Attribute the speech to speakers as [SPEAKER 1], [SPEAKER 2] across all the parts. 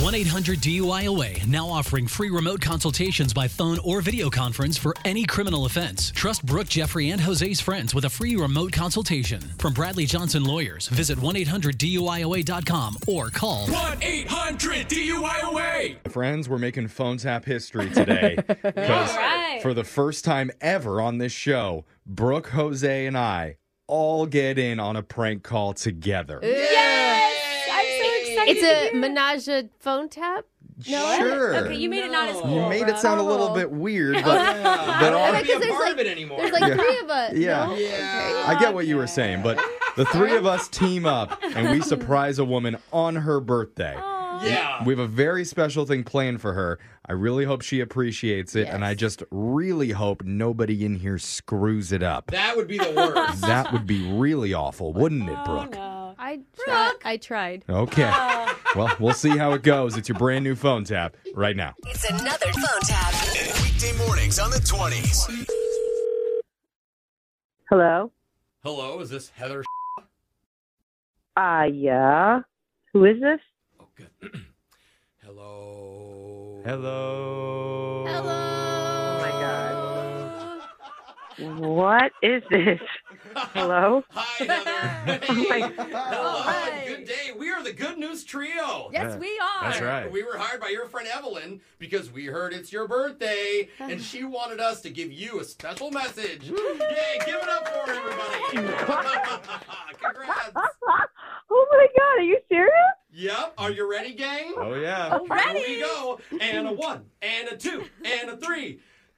[SPEAKER 1] 1 800 DUIOA now offering free remote consultations by phone or video conference for any criminal offense. Trust Brooke, Jeffrey, and Jose's friends with a free remote consultation. From Bradley Johnson Lawyers, visit 1 800 DUIOA.com or call
[SPEAKER 2] 1 800 DUIOA.
[SPEAKER 3] Friends, we're making phone tap history today because
[SPEAKER 4] right.
[SPEAKER 3] for the first time ever on this show, Brooke, Jose, and I all get in on a prank call together.
[SPEAKER 4] I'm so excited.
[SPEAKER 5] It's a menage a phone tap.
[SPEAKER 3] Sure.
[SPEAKER 4] Okay, you Oh, made it not as cool.
[SPEAKER 3] You made it sound a little bit weird, but
[SPEAKER 5] I
[SPEAKER 3] there
[SPEAKER 5] don't
[SPEAKER 3] are,
[SPEAKER 5] think there's like, There's like three of us.
[SPEAKER 3] Yeah.
[SPEAKER 5] no?
[SPEAKER 3] I get what you were saying, but the three of us team up and we surprise a woman on her birthday.
[SPEAKER 2] Yeah.
[SPEAKER 3] We have a very special thing planned for her. I really hope she appreciates it, and I just really hope nobody in here screws it up.
[SPEAKER 2] That would be the worst.
[SPEAKER 3] That would be really awful, wouldn't
[SPEAKER 4] Oh,
[SPEAKER 3] it, Brooke?
[SPEAKER 5] Oh, I tried. I tried.
[SPEAKER 3] Okay. Well, we'll see how it goes. It's your brand new phone tap right now.
[SPEAKER 6] It's another phone tap.
[SPEAKER 7] Weekday mornings on the 20s.
[SPEAKER 8] Hello?
[SPEAKER 2] Hello, is this Heather?
[SPEAKER 8] Uh, yeah. Who is this?
[SPEAKER 2] Oh, good. Hello.
[SPEAKER 3] Hello.
[SPEAKER 8] Oh my god. What is this? Hello?
[SPEAKER 2] Hi, Heather.
[SPEAKER 8] Oh
[SPEAKER 2] Hey.
[SPEAKER 8] my-
[SPEAKER 2] Hello.
[SPEAKER 5] Hi.
[SPEAKER 2] Good day. We are the Good News Trio.
[SPEAKER 5] Yes, we are.
[SPEAKER 3] That's right.
[SPEAKER 2] We were hired by your friend Evelyn because we heard it's your birthday and she wanted us to give you a special message. Yay, give it up for everybody. Congrats.
[SPEAKER 8] oh my god, are you serious?
[SPEAKER 2] Yep. Are you ready, gang?
[SPEAKER 3] Oh, yeah.
[SPEAKER 2] Ready? Here we go. And a one, and a two, and a three.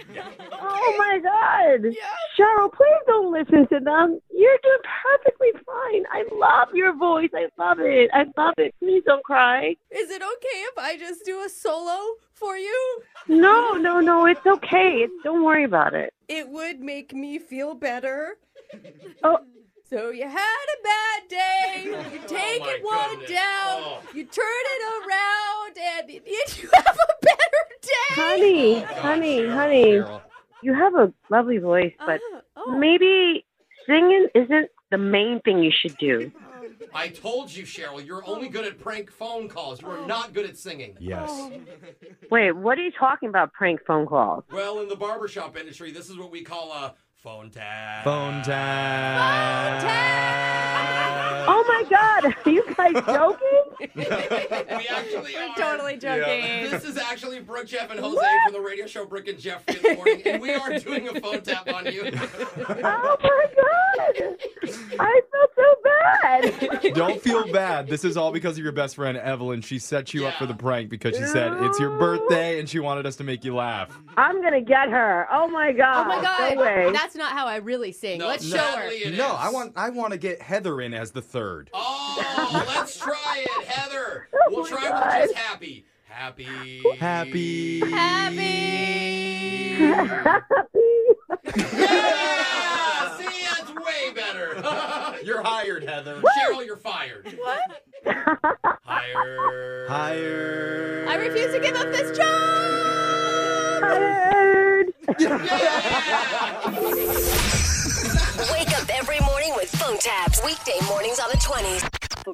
[SPEAKER 8] Oh my God. Cheryl, please don't listen to them. You're doing perfectly fine. I love your voice. I love it. I love it. Please don't cry.
[SPEAKER 5] Is it okay if I just do a solo for you?
[SPEAKER 8] No, no, no. It's okay. It's, don't worry about it.
[SPEAKER 5] It would make me feel better.
[SPEAKER 8] Oh,
[SPEAKER 5] So you had a bad day. You take
[SPEAKER 2] Oh my
[SPEAKER 5] it one
[SPEAKER 2] goodness.
[SPEAKER 5] down.
[SPEAKER 2] Oh.
[SPEAKER 5] You turn it around, and y- you have a better day.
[SPEAKER 8] honey, honey, honey. You have a lovely voice, but
[SPEAKER 5] Ah, oh.
[SPEAKER 8] maybe singing isn't the main thing you should do.
[SPEAKER 2] I told you, Cheryl, you're only good at prank phone calls. You
[SPEAKER 5] Oh.
[SPEAKER 2] are not good at singing.
[SPEAKER 3] Yes.
[SPEAKER 8] Wait, what are you talking about? Prank phone calls?
[SPEAKER 2] Well, in the barbershop industry, this is what we call a Phone tag.
[SPEAKER 3] Phone tag.
[SPEAKER 8] Oh my God, are you guys joking?
[SPEAKER 2] we actually
[SPEAKER 5] We're
[SPEAKER 2] are.
[SPEAKER 5] totally joking.
[SPEAKER 2] This is actually Brooke, Jeff, and Jose from the radio show Brooke and Jeffrey in the morning, and we are doing a phone tap on you.
[SPEAKER 8] oh my God, I felt so bad.
[SPEAKER 3] Don't feel bad. This is all because of your best friend Evelyn. She set you up for the prank because she said it's your birthday and she wanted us to make you laugh.
[SPEAKER 8] I'm gonna get her. Oh my God.
[SPEAKER 5] Oh my god,
[SPEAKER 8] No way.
[SPEAKER 5] that's not how I really sing.
[SPEAKER 2] No,
[SPEAKER 5] Let's show her.
[SPEAKER 2] sadly it
[SPEAKER 3] No,
[SPEAKER 2] is.
[SPEAKER 3] I want I want to get Heather in as the third.
[SPEAKER 2] Oh, let's try it, Heather. we'll
[SPEAKER 8] Oh my
[SPEAKER 2] try
[SPEAKER 8] God.
[SPEAKER 2] with just happy. Happy.
[SPEAKER 3] Happy.
[SPEAKER 5] Happy.
[SPEAKER 2] Yeah! Ah, See, that's way better.
[SPEAKER 3] You're hired, Heather.
[SPEAKER 2] Cheryl, you're fired. What? Higher.
[SPEAKER 3] Hired.
[SPEAKER 5] I refuse to give up this job.
[SPEAKER 8] Tired.
[SPEAKER 6] Wake up every morning with phone taps. Weekday mornings on the 20s.